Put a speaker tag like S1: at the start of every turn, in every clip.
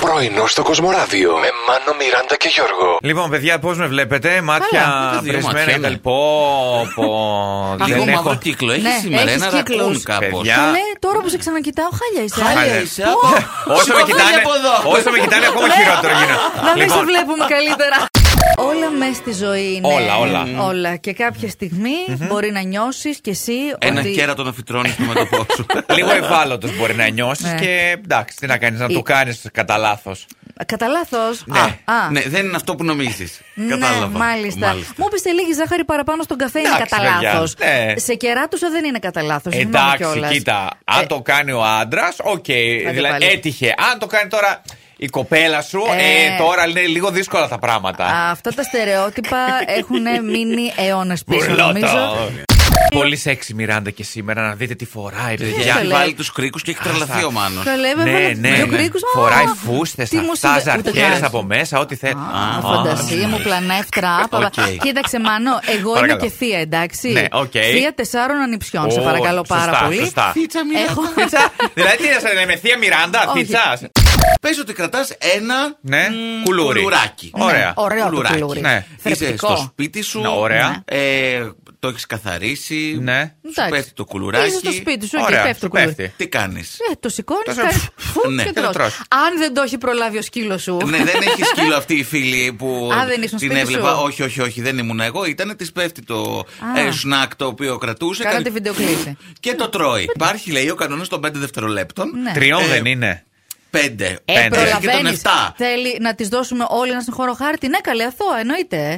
S1: Πρωινό στο Κοσμοράδιο με Μάνο, Μιράντα και Γιώργο.
S2: Λοιπόν, παιδιά, πώς με βλέπετε, μάτια
S3: δεν τα δύο
S2: πρεσμένα
S3: μάτια,
S2: κτλ.
S3: ναι.
S2: Πω, πω.
S3: Λίγο
S2: Δεν
S3: μαύρο
S2: έχω.
S3: κύκλο έχεις
S4: Ναι,
S3: σήμερα.
S4: έχεις
S3: Ένα
S4: κύκλους.
S3: ρακούν κάπω.
S2: Παιδιά.
S4: Καλέ, τώρα που σε ξανακοιτάω, χάλια είσαι.
S3: Χάλια
S4: Ω,
S3: είσαι,
S4: πω,
S3: άκου.
S2: Όσο με
S3: Σηκώθηκε
S2: κοιτάνε,
S3: από εδώ.
S2: όσο με κοιτάνε, ακόμα
S4: λέω,
S2: χειρότερο γίνω.
S4: Ναι. Να μην σε
S2: Λοιπόν,
S4: βλέπουμε καλύτερα. Όλα μέσα στη ζωή είναι.
S2: Όλα, όλα.
S4: Όλα. Και κάποια στιγμή μπορεί να νιώσεις κι εσύ
S3: Ένα
S4: ότι.
S3: κέρατο να φυτρώνεις στο μετωπό σου.
S2: Λίγο ευάλωτος μπορεί να νιώσεις
S4: Ναι. Ε,
S2: και εντάξει, τι να κάνεις, να
S4: Η-
S2: το κάνεις κατά λάθος.
S4: Κατά λάθος.
S3: Ναι, ναι, δεν είναι αυτό που νομίζεις. Κατάλαβα.
S4: Ναι, μάλιστα. Μου πεις λίγη ζάχαρη παραπάνω στον καφέ είναι
S2: Εντάξει,
S4: κατά
S2: παιδιά,
S4: λάθος.
S2: ναι.
S4: Σε κεράτουσα δεν είναι κατά λάθος.
S2: Εντάξει, κοίτα, αν
S4: Ε,
S2: το κάνει ο άντρας, οκ, δηλαδή
S4: πάλι.
S2: έτυχε. Αν το κάνει τώρα η κοπέλα σου,
S4: Ε.
S2: ε, τώρα είναι λίγο δύσκολα τα πράγματα.
S4: Αυτά τα στερεότυπα έχουν μείνει αιώνες πίσω,
S2: Μπουρλότο.
S4: νομίζω.
S2: Πολύ σεξι Μιράντα και σήμερα να δείτε τι φοράει, παιδιά.
S3: Για
S4: το
S3: να
S4: λέει.
S3: βάλει τους κρίκους και έχει τρελαθεί ο Μάνος.
S4: Καλά, έβαλε
S2: Ναι, ναι,
S4: δύο
S2: ναι.
S4: κρίκους. Α,
S2: Φοράει φούστες,
S4: τι μου
S2: αυτά,
S4: συνδε- ούτε
S2: ζαρτιέρε
S4: καν.
S2: από μέσα, ό,τι ναι. θέλει.
S4: Α, φαντασία μου, πλανέφτρα. άπαβα.
S3: Οκ.
S4: Κοίταξε, Μάνο, εγώ είμαι
S2: Παρακαλώ.
S4: και θεία, εντάξει.
S2: Ναι, οκ.
S4: Θεία τεσσάρων ανιψιών, σε
S2: Ω,
S4: παρακαλώ
S2: σωστά,
S4: πάρα πολύ.
S2: Σωστά.
S3: Θίτσα
S4: Έχω.
S3: μιλάω.
S2: Θίτσα. δηλαδή, τι να σε λέμε, Θεία Μιράντα,
S4: Όχι.
S2: θίτσας.
S3: Πες ότι κρατάς ένα
S2: Ναι,
S3: μ,
S2: κουλούρι.
S3: κουλουράκι.
S2: Ναι, Ωραία.
S4: ωραίο το
S3: Κουλουράκι.
S4: κουλούρι.
S2: Ναι.
S3: Είσαι
S4: Θρεπτικό.
S3: στο σπίτι σου.
S2: Ναι, ωραία.
S4: Ναι.
S3: Ε, το έχεις καθαρίσει.
S2: Ναι.
S3: Σου
S4: Εντάξει.
S3: πέφτει το κουλουράκι.
S4: Είσαι στο σπίτι σου, εκεί
S2: Ωραία,
S4: πέφτει το
S2: σου
S4: κουλούρι.
S2: πέφτει.
S3: Τι κάνεις.
S4: Ε, το σηκώνεις,
S2: Το σε-
S4: κάνει φου
S3: Ναι,
S4: και
S3: και
S2: το
S4: τρως.
S2: τρως.
S4: Αν δεν το έχει προλάβει ο σκύλος σου.
S3: ναι, δεν έχει σκύλο αυτή η φίλη που
S4: Α, δεν ήσουν
S3: την
S4: σπίτι
S3: έβλεπα.
S4: σου.
S3: Όχι, όχι, όχι, δεν ήμουν εγώ. Ήταν της πέφτει το
S4: Α.
S3: ε, σνακ το οποίο κρατούσε.
S4: Κάνατε
S3: κάνει-
S4: βιντεοκλήση.
S3: Και το τρώει. Υπάρχει, λέει, ο κανόνας των 5 δευτερολέπτων.
S4: Ναι.
S2: Τριών
S3: Ε,
S2: δεν είναι.
S3: Πέντε.
S4: Ε,
S2: Πέντε.
S3: Έχει και τον
S4: προλαβαίνει.
S3: 7.
S4: Θέλει να της δώσουμε όλοι ένα συγχωρό χάρτη. Ναι, καλή αθώα, εννοείται. ε.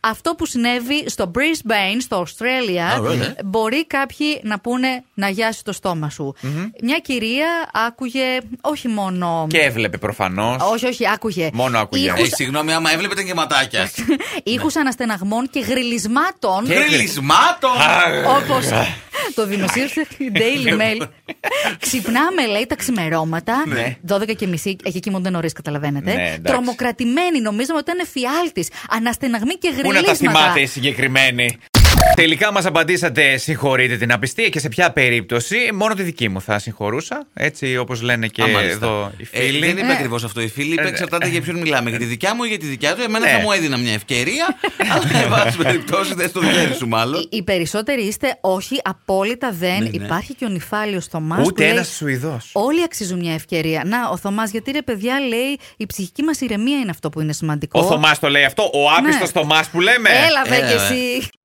S4: Αυτό που συνέβη στο Brisbane, στο Australia,
S3: Α,
S2: ε.
S3: ωραία.
S4: μπορεί κάποιοι να πούνε να γιάσει το στόμα σου. Μια κυρία άκουγε όχι μόνο.
S2: Και έβλεπε προφανώς.
S4: Όχι, όχι, άκουγε.
S2: Μόνο άκουγε. Ναι.
S4: Ήχους-
S3: Ε, συγγνώμη, άμα έβλεπε ήταν και
S4: Ε,
S3: ματάκια.
S4: Ήχους αναστεναγμών και γριλισμάτων.
S2: Και-
S3: Γριλισμάτων!
S4: Όπως
S2: Ναι.
S4: το δημοσίευσε η Daily Mail. Ξυπνάμε, λέει, τα ξημερώματα. 12 και μισή, εκεί κοιμούνται νωρίς, καταλαβαίνετε.
S2: Ναι, εντάξει.
S4: Τρομοκρατημένοι, νομίζαμε ότι ήταν εφιάλτης. Αναστεναγμή και
S2: Πού να τα
S4: γριλίσματα.
S2: θυμάται οι συγκεκριμένοι. Τελικά μας απαντήσατε συγχωρείτε την απιστία και σε ποια περίπτωση. Μόνο τη δική μου θα συγχωρούσα. Έτσι όπως λένε και
S3: Α, μάλιστα.
S2: εδώ οι
S3: Ε,
S2: φίλοι.
S3: δεν είπε ακριβώς αυτό η φίλη. Είπε
S2: Ε,
S3: εξαρτάται για ποιον μιλάμε. Για τη δικιά μου ή για τη δικιά του. Εμένα
S2: Ναι.
S3: θα μου έδινα μια ευκαιρία. Αλλά εν πάση περιπτώσει δεν στο χέρι σου
S4: Οι,
S3: μάλλον.
S4: οι περισσότεροι είστε όχι, απόλυτα δεν.
S3: Ναι, ναι.
S4: Υπάρχει και ο νυφάλιο Θωμά.
S2: Ούτε ένας Σουηδός.
S4: Όλοι αξίζουν μια ευκαιρία. Να, ο Θωμάς, γιατί ρε παιδιά λέει, η ψυχική μας ηρεμία είναι αυτό που είναι σημαντικό.
S2: Ο Θωμάς το λέει αυτό. Ο άπιστος
S4: Ναι.
S2: Θωμάς που λέμε.
S4: Έλα,
S3: Έλα,
S4: δε κι
S3: ε.
S4: εσύ.